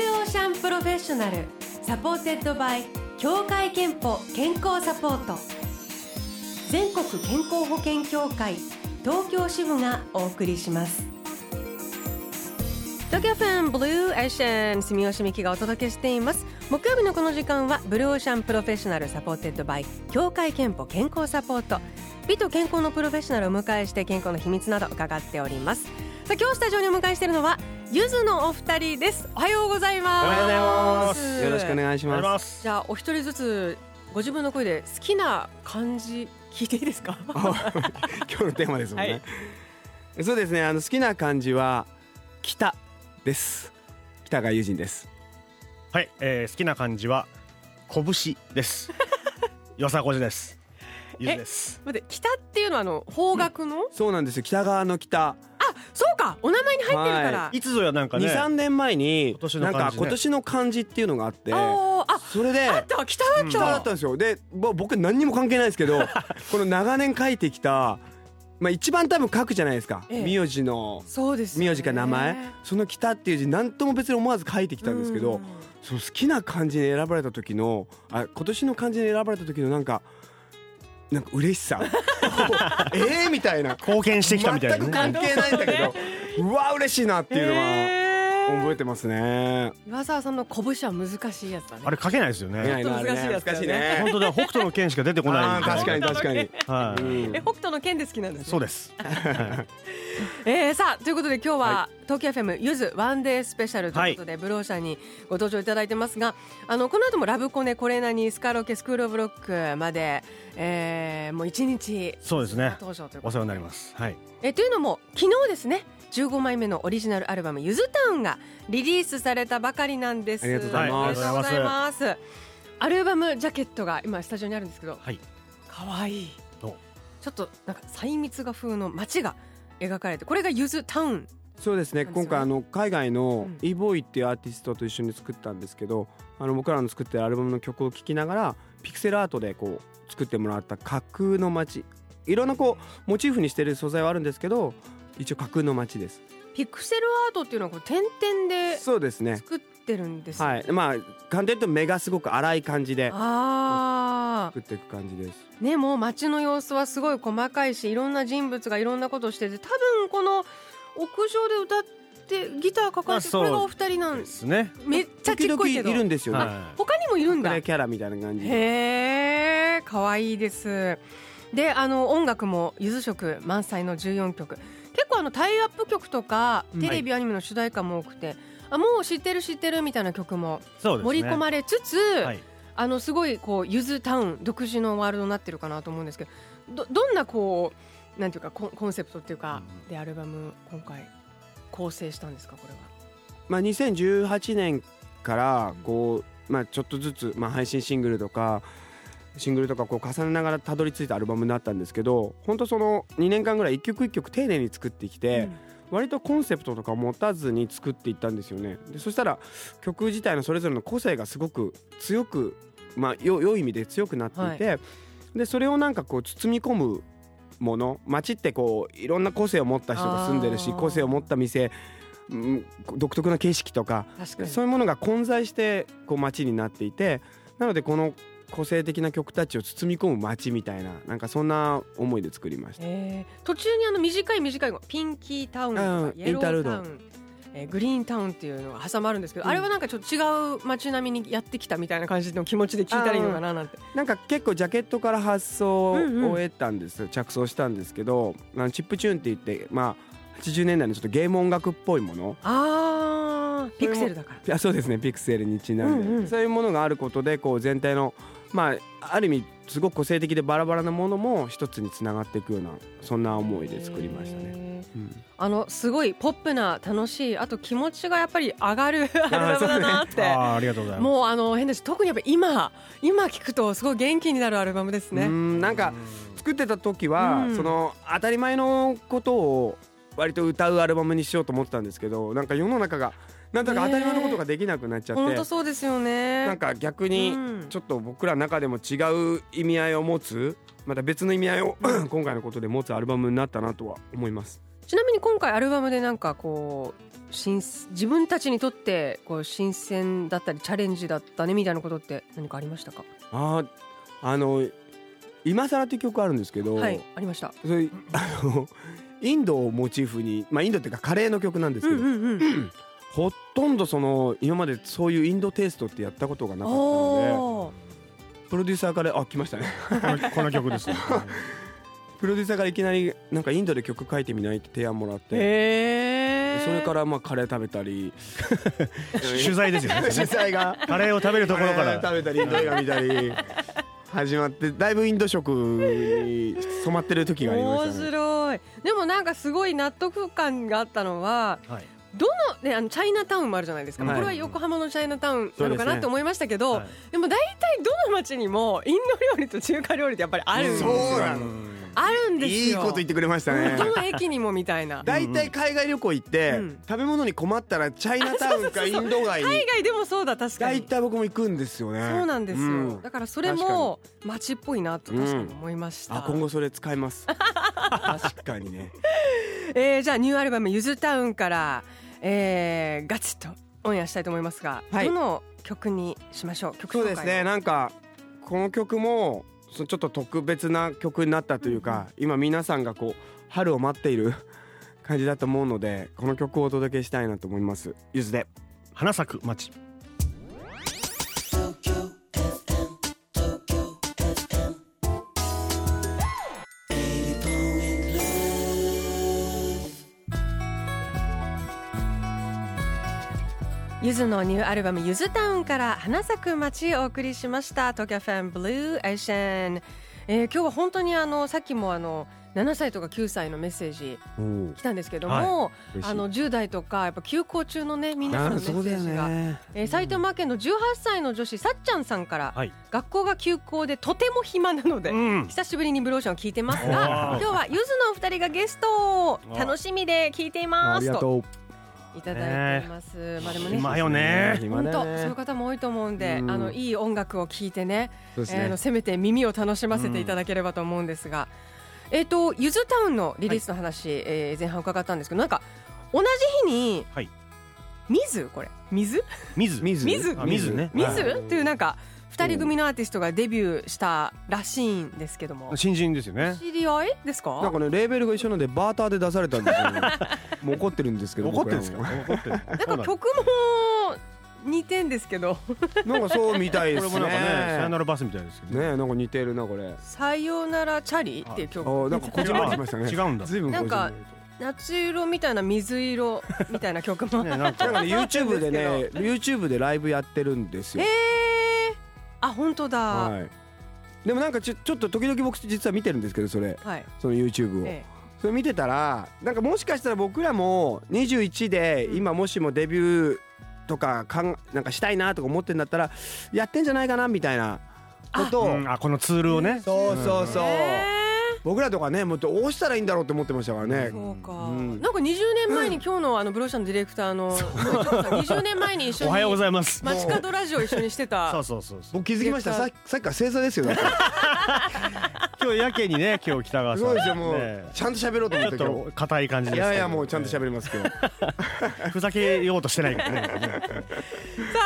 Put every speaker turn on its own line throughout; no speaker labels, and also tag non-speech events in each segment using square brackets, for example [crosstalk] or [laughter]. フェッショナルサポーテッドバイ協会憲法健康サポート全国健康保険協会東京支部がお送りします東京フェンブルーエーシャン住吉美希がお届けしています木曜日のこの時間はブルーオーシャンプロフェッショナルサポーテッドバイ協会憲法健康サポート美と健康のプロフェッショナルをお迎えして健康の秘密など伺っておりますさあ今日スタジオにお迎えしているのはゆずのお二人ですおはようございます
おはようございます
よろしくお願いし
おはようござい
ます。
す
じゃあお一人ずつご自分の声で好きな漢字聞いていいですか
[laughs] 今日のテーマですもんね。
は
そうですね。あの好きな漢字は北です。北川友人です。
はい、えー、好きな漢字は拳
[laughs]
です。よさこじです。ゆずです。
[laughs] 待って北っていうのはあの方角の、
そうなんですよ。北川の北。
そうかお名前に入ってるから、
はい
つぞやなんか
二
ね、
三年前に
今年
な
の漢字ね
んか今年の漢字っていうのがあって、
あーあ
それ
あっ
で。
た北だっ
そ
北
う
だ
た、
ったんですよ。で、ぼ僕何にも関係ないですけど、この長年書いてきた、まあ一番多分書くじゃないですか。
ええ
名字の
そうですよね
名字か名前、その北っていう字何とも別に思わず書いてきたんですけど、
うん
その好きな漢字に選ばれた時のあ今年の漢字に選ばれた時のなんかなんか嬉しさ [laughs] ええみたいな
貢献してきたみたいな、ね。
全く関係ないんだけど [laughs] うわ嬉しいなっていうのは
へー
覚えてますね。
岩沢さんの拳は難しいやつだね
あれ書けないですよね。
ね
ちょっと難しいやつだよね
懐かしい
本
ね。
当だ、北斗の剣しか出てこな
あ
い。
ー確かに確かに。
は
[laughs] うん
え北斗の剣で好きなんで
い。
す、ね、
そうです。
えー、さあということで今日は、
は
東京 FM ゆずワンデースペシャルということで、ブローシャにご登場いただいてますがあのこの後もラブコネコレナにスカロケスクールオブロックまで、えー、もう一日
そうですね。
登場という
お
ことで
世話になります。はい。
えというのも昨日ですね15枚目のオリジナルアルバム「ゆずタウン」がリリースされたばかりなんです
ありがとうございます
ありがとうございますアルバムジャケットが今スタジオにあるんですけど
はい。
かわいい
どう
ちょっとなんか細密画風の街が描かれてこれが「ゆずタウン」
そうですね
そうですよね
今回あの海外の
うん
e ボーイっていうアーティストと一緒に作ったんですけどあの僕らの作ってるアルバムの曲を聴きながらピクセルアートでこう作ってもらった架空の街いろんなこうモチーフにしてる素材はあるんですけど一応架空の街です
ピクセルアートっていうのはこう点々で
そうですね
作ってるんですよ、
はいまあ簡単に言うと目がすごく荒い感じで
あ
作っていく感じです
あねもう街の様子はすごい細かいしいろんな人物がいろんなことをしてて多分この屋上で歌ってギター抱えて
まあ
これがお
そう
二人なん
ですね。
めっちゃち
時
っこ
々
い
い
けど
るんですよね
は
他にもいるんだ
隠れキャラみたいな感じで
へえ可愛いですであの音楽もゆず色満載の14曲結構あのタイアップ曲とか
うん
テレビアニメの主題歌も多くて、あもう知ってる知ってるみたいな曲も
い。そうですね。
盛り込まれつつ、
はい。
あのすごいこうゆずタウン独自のワールドになってるかなと思うんですけどどどんなこうなんていうかコンコンセプトっていうか、
うん
でアルバム今回構成したんですかこれは。
まあ、2018年からこう、まあ、ちょっとずつ、まあ、配信シングルとかシングルとかこう重ねながらたどり着いたアルバムになったんですけど本当その2年間ぐらい一曲一曲丁寧に作ってきて、割とコンセプトとか持たずに作っていったんですよね。でそしたら曲自体のそれぞれの個性がすごく強く、まあ、よ良い意味で強くなっていて、でそれをなんかこう包み込むもの街ってこういろんな個性を持った人が住んでるし
あー
個性を持った店、うん、独特な景色とか
うん確かに
そういうものが混在してこう街になっていてなのでこの個性的な曲たちを包み込む街みたいななんかそんな思いで作りました。
えー途中にあの短い短いのピンキータウンと
う
か
ん
イエロータウ
インタールー
ン、えーグリーンタウンっていうのが挟まるんですけど、
うん
あれはなんかちょっと違う街並みにやってきたみたいな感じの気持ちで聞いたらいいのかななんて
なんか結構ジャケットから発想を
うんうん
得たんですよ、着想したんですけどあのチップチューンって言って、まあ、80年代のちょっとゲーム音楽っぽいもの
あーピクセルだから。
あそうですねピクセルにちなんで、
うんうん
そういうものがあることでこう全体の、まあ、ある意味すごく個性的でバラバラなものも一つにつながっていくようなそんな思いで作りましたね。
ね
うん
あのすごいポップな楽しいあと気持ちがやっぱり上がる [laughs] アルバムだなっ
あ
て。
ーありがとうございます。
もうあの変だし特にやっぱ今今聞くとすごい元気になるアルバムです
う
ね。
んなんか作ってた時は、
うん
その当たり前のことを割と歌うアルバムにしようと思ってたんですけどなんか世の中がなんだか当たり前のことができなくなっちゃって、
本当そうですよね。
なんか逆に
うん
ちょっと僕らの中でも違う意味合いを持つまた別の意味合いを [coughs] 今回のことで持つアルバムになったなとは思います。
ちなみに今回アルバムでなんかこう新自分たちにとってこう新鮮だったりチャレンジだったねみたいなことって何かありましたか
あーあの「今更」っていう曲あるんですけど、
はいありました
それ [laughs] あのインドをモチーフに、まあ、インドっていうかカレーの曲なんです
う
けど、
んうんうん
ほとんどその今までそういうインドテイストってやったことがなかったの
おー
でプロデューサーからあ来ましたね [laughs]
このこの曲ですね
プロデューサーからいきなりなんかインドで曲書いてみないって提案もらって、
へえ
それかららまあカレー食べた [laughs] り
取材ですよね
主催が
カレーを食べるところか
カレー食
ら
べたり映画見たり始まってだいぶインド食に染まってる時がありま
面
したね
白いでもなんかすごい納得感があったのは
はい
ねあのチャイナタウンもあるじゃないですか、
はい
これは横浜のチャイナタウンなのか
そうです
な
ね
って思いましたけどで,、
はい
も大体どの町にもインド料理と中華料理ってやっぱりあるんですよ
そうなの
あるんですよ
いいこと言ってくれましたね
どの駅にもみたいな
大体海外旅行行って、
うん
食べ物に困ったらチャイナタウンかインド街に
海外でもそうだ確か
大
に
体僕も行くんですよね
そうなんですよ、
うん
だからそれも町っぽいなと確かに思いました、
あ今後それ使いま
[laughs]
す確かにね
えーじゃあニューアルバム「ゆずタウン」から、えーガツッとオンエアしたいと思いますが、
はい
どの曲にしましょう曲
そう
紹介
ですね
を
なんかこの曲もそちょっと特別な曲になったというか、今皆さんがこう春を待っている [laughs] 感じだと思うのでこの曲をお届けしたいなと思いますゆずで
花咲く街
ゆずのニューアルバム「ゆずタウン」から「花咲く街」をお送りしました東京フェンブルーエーシェン、えー今日は本当にあのさっきもあの7歳とか9歳のメッセージ来たんですけども、あの10代とかやっぱ休校中のね皆さんのメッセ
そうだよ
ージが、
ね
えー埼玉県の18歳の女子さっちゃんさんから、
はい
学校が休校でとても暇なので、
うん
久しぶりにブローションを聞いてますが
お
今
ー
日はゆずのお二人がゲストを楽しみで聞いてい
あ
ま
り
す
が
と
とう
いただいています、まあでもね
暇よね
暇
本当
だ
そう
ね
いう方も多いと思うんで、
うん
あのいい音楽を聴いてね、
そうです
えーあ
ね
のせめて耳を楽しませていただければと思うんですが、えっ、とゆずタウンのリリースの話、えー前半伺ったんですけど、なんか同じ日に、
はい
水これ水
水
水
水
あ水ね
水、
は
っていうなんか二人組のアーティストがデビューしたらしいんですけども、
新人ですよね
知り合いです
なん
か？
かねレーベルが一緒なんでバーターで出されたんですよ、ね、もう [laughs] 怒ってるんですけど
怒ってるんですか
僕ら
怒ってる
なんか曲も似てんですけど、
もなんかそうみたい
これも
ですね
なんかねさよならバスみたいですよ
ねえなんか似てるなこれ
さよならチャリっていう
あ
曲
ーなんかこじんまりしましたね
違うんだ
随分こじんまり
夏色みたいな水色みたいな曲も
ねなん
なんか
か
ね YouTube でね YouTube でライブやってるんです
え
よ、
えー、あ本当だ、はい
はい、でもなんかちょちょっと時々僕実は見てるんですけどそれその YouTube を、
え
それ見てたらなんかもしかしたら僕らも21で
うん
今もしもデビューとかかんなんかしたいなとか思ってんだったらやってんじゃないかなみたいなことを、
うんあこのツールをね
そうそうそう、
え
僕らとかねもうどうしたらいいんだろうって思ってましたから
え
ね
ー、そうか、
うん
なんか20年前に今日のあのブローシャンのディレクターの森長さん20年前に一緒
[laughs] お
に
はようございます
街角ラジオ一緒にしてた
そうそうそうそう
僕気づきましたささっきから正座ですよだって
今日やけにね今日北川
す
さん
ごいですよもう、
ね
ちゃんと喋ろうと
ち
思
ょ
っ
った
けど
と硬い感じです
い
けど
やいやもうちゃんと喋りますけど
ふざけようとしてない
[laughs]
からね
さ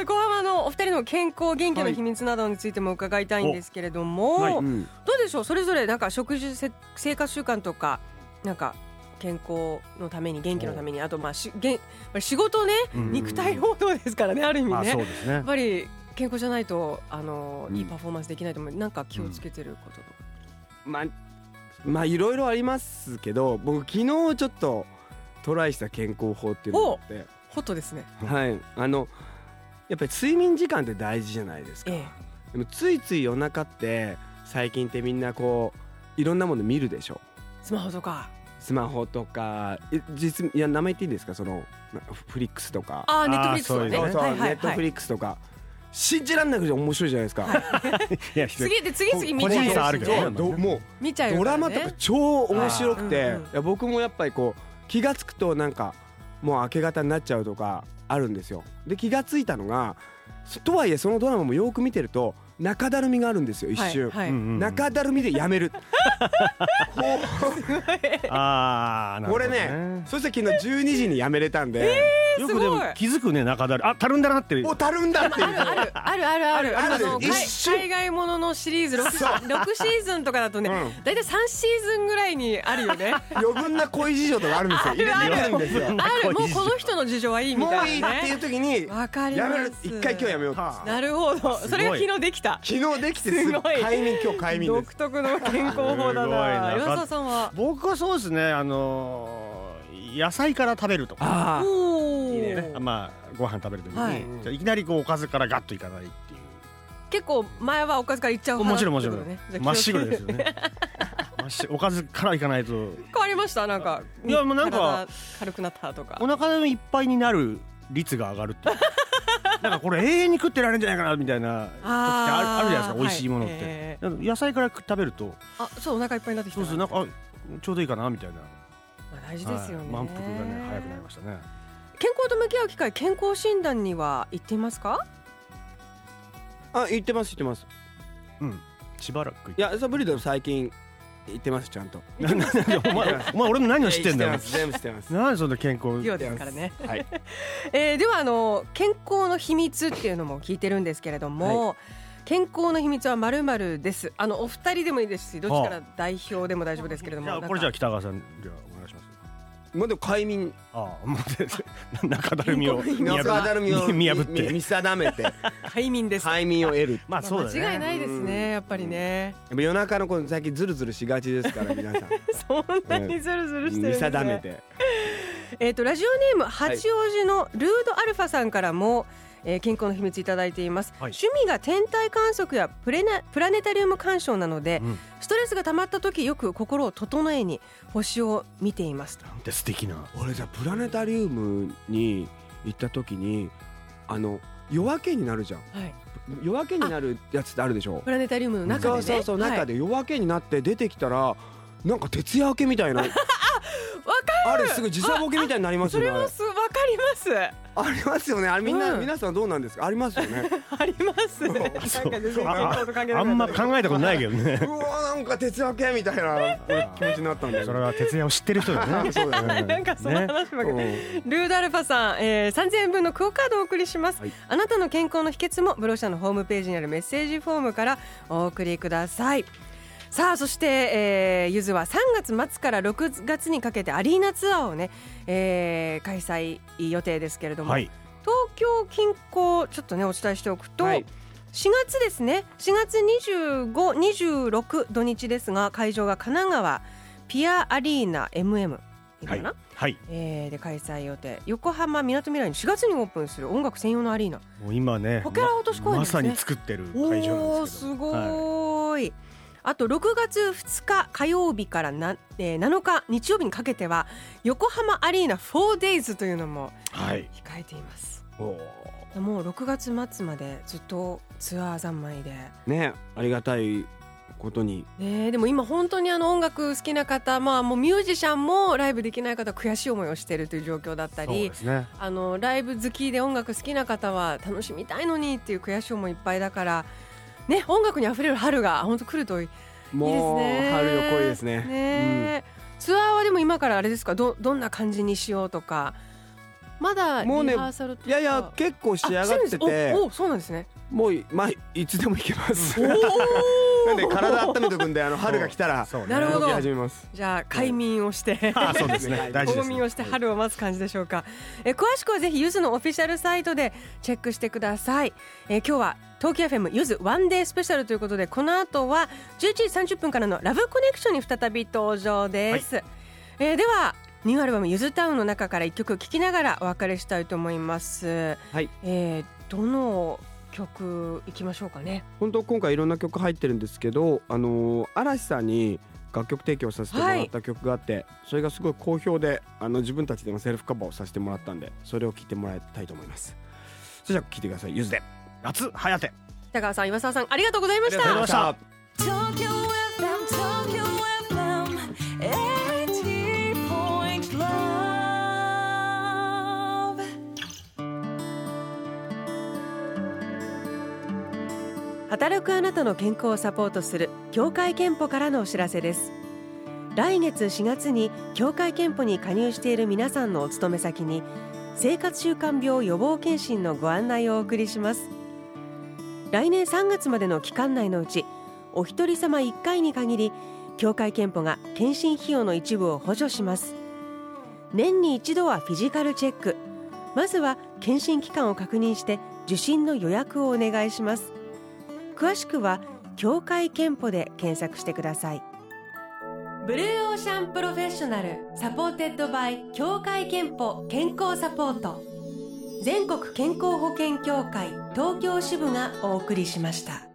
あ後半はあのお二人の健康元気の秘密などについても伺いたいんですけれども、
はい
うん
どうでしょうそれぞれなんか食事せ生活習慣とかなんか健康のために元気のためにあとまあしげん仕事ね
うん
肉体労働ですからねある意味ね、
まあ
や
そう
っ
で
[laughs]
すね
ぱり健康じゃないとあの
うん
いいパフォーマンスできないと思うなんか気をつけてることとか、
まあまあいろいろありますけど僕昨日ちょっとトライした健康法っていうのがあっ
ホットですね
てはいあのやっぱり睡眠時間って大事じゃないですか
え
でもついつい夜中って最近ってみんなこういろんなもの見るでしょ
えスマホとか
スマホとかえ実いや名前言っていいんですかそのなフリックスとか
ああ
ー
ネットフリックスとかね
そうそう
は
ネ
いはい
ット
は
フ
い
リックスとか信じらんなくて面白いじゃないですか
いや
次で次々見
個
ち
人差
ゃ
あ
う
るけ
し
どね
そうどもう
見ちゃう
ド
か
ラ
ら
マ
ね
とか超面白くて、
あーうんうん
いや僕もやっぱりこう気が付くとなんかもう明け方になっちゃうとかあるんですよ。で気が付いたのがそとはいえそのドラマもよく見てると中だるみがあるんですよ一瞬、
はい
うんうんうん
中だるみでや
[laughs]
めるこ
ああ、
う
なる
こ
ほど
れ
ね
ねそして昨日12時にやめれたんで、
よくでも
すごい
気づくね中だるあたるんだなって
もうたるんだっていう
あるあるあるある
あるある
の海
一瞬
海外もののシリーズ 6, シーズンとかだとね、
うん
大体3シーズンぐらいにあるよね
余分な恋事情とかあるんですよ入れ
あ
入
る
れる
[laughs]
んですよ
あるもうこの人の事情はいいみ
もう
た
いい
い
っ
な
ていう
ね
時に
わかり
や
ます
める一回今日やめ [laughs] よう
は
なるほど
すごい
それが昨日できた
昨日できて
す
す
ご
ご
い
い快眠今日快眠で
独
す
特の健康法だ
すごいな
な岩沢さんは
僕はそうですねあのー野菜から食べるとか
あ
おお、
いいね
まあご飯食べる時に、
はい
じゃあいきなりこうおかずからガッといかないっていう
結構前はおかずからいっちゃう
も
派
ちろんもち
だっ
ろん、
たってことねじゃあ
まっしぐらです
気をつ
よねまっしおかずからいかないと
けて変わりましたなんか
いやもうなんか
体軽くなったとか
お腹いっぱいになる率が上が
[laughs]
るっていうなんかこれ永遠に食ってられるんじゃないかなみたいな時ってあ
あー
るあるじゃないですか美味しいものって、
はいえ
なんか野菜から食べると
あそうお腹いっぱいになってきた
そう
な
そうなんかあちょうどいいかなみたいな
まあ大事ですよね、
はい満腹がね早くなりましたね
健康と向き合う機会健康診断には行っていますか
あ言ってます言ってます
うんしばらく行っ
いやそれブリドル最近言ってますちゃんと
なななん [laughs] でお前お前俺の何を知ってんだ
いや
よ
知ってます全部知っ
[laughs]
てます
なんでそんな健康
量ですからね、
はい
えーではあの健康の秘密っていうのも聞いてるんですけれども、健康の秘密はまるまるですあのお二人でもいいですしどっちから代表でも大丈夫ですけれども
じゃあ
なんか
これじゃあ北川さんじゃあお願いします
まあでも快眠
あ
[laughs]
あもうで中だるみを見
中だるみ
破
を
っ見破っ
み
て
見定
[laughs]
めて
快眠です、
快眠を得る
まあそうだ
間違い
ね
ないですねやっぱりね
やっぱ夜中のこの最近ズルズルしがちですから皆さん
そんなにズルズルしてるん
見
です、ね、
定めて
えー、とラジオネーム八王子のルードアルファさんからも、えー健康の秘密いただいています、
はい
趣味が天体観測やプレナプラネタリウム鑑賞なので、
うん
ストレスが溜まった時よく心を整えに星を見ていますと
なんて素敵な
俺さプラネタリウムに行った時にあの夜明けになるじゃん
はい、
夜明けになるやつってあるでしょ
プラネタリウムの中で
そ
ね
うそうそう
はい
中で夜明けになって出てきたらなんか徹夜明けみたい
[laughs]
なあれすぐ時差ボケみたいになります
そ
よ
れ
ね
もすわかります [laughs]
ありますよねあれみんな、
うん
皆さんどうなんですかありますよ
[laughs]
ね
ありますなんか
そう
全然健康と関係な
あ
くなっちゃった
んま考えたことないけどね
[laughs]
うわなんか徹夜明けみたいな気持ちになったんだよ
それは徹夜を知ってる人だよね
そうだよね
なんかその話
ね
ばっかり、
うん
ルードアルファさん、えー、3000円分のクオカードをお送りします、
はい
あなたの健康の秘訣もブロシャのホームページにあるメッセージフォームからお送りくださいさあそして、えー、ゆずは3月末から6月にかけてアリーナツアーをね、えー、開催予定ですけれども、
はい
東京近郊ちょっとねお伝えしておくと、
はい
4月ですね4月25、26土日ですが会場が神奈川ピアアリーナ MM いいか
はい
な、
はい
えーで開催予定横浜みなとみらいに4月にオープンする音楽専用のアリーナ
もう今ね
こけら落とし公園
ま
ですね
さに作ってる
お
会場なん
ー
ですけ
す
ど
ご
はい
ーい、あと6月2日火曜日からな、えー7日日曜日にかけては横浜アリーナ 4days というのも
はい
控えています、
おー
もう6月末までずっとツアー三昧で、
ねありがたいことに
ねえ、でも今本当にあの音楽好きな方、まあ、もうミュージシャンもライブできない方は悔しい思いをしているという状況だった
そう
り
ですね
あのライブ好きで音楽好きな方は楽しみたいのにっていう悔しい思いいっぱいだから、ね、音楽にあふれる春が本当来るといいいいです
もう
ね。
春の恋ですね
ねえツアーはでも今からあれですかどどんな感じにしようとかまだリハ
もうね
ーサルと
う
か、
んいやいや結構仕上がって
あしてるんです
て
おおそうなんですね。
もうまあいつでも行けます [laughs]
おー
なんで体温めとくんであの春が来たら
そうね
なるほど
動き始めます
じゃあ快眠をして、
あそうで
[laughs]
すね大事で
冬
すね
眠をして春を待つ感じでしょうか、えー詳しくはぜひゆずのオフィシャルサイトでチェックしてください、えー今日は東京 FM ゆずワンデースペシャルということでこの後は11時30分からのラブコネクションに再び登場です、えーではニューアルバムゆずタウンの中から一曲聴きながらお別れしたいと思います、
はい
えーどの曲いきましょうかね
本当今回いろんな曲入ってるんですけど、あのー嵐さんに楽曲提供させてもらった曲があって、それがすごい好評であの自分たちでもセルフカバーをさせてもらったんでそれを聴いてもらいたいと思いますそれじゃあ聴いてくださいゆずであ
夏早手
北川さん岩沢さんありがとうございました
ありがとうございました
Tokyo FM, Tokyo FM, 80.5 love.
幡働くあなたの健康をサポートする協会憲法からのお知らせです来月4月に協会憲法に加入している皆さんのお勤め先に生活習慣病予防検診のご案内をお送りします来年3月までの期間内のうちお一人様1回に限り協会憲法が検診費用の一部を補助します年に一度はフィジカルチェックまずは検診期間を確認して受診の予約をお願いします詳しくは協会憲法で検索してくださいブルーオーシャンプロフェッショナルサポーテッドバイ協会憲法健康サポート全国健康保険協会東京支部がお送りしました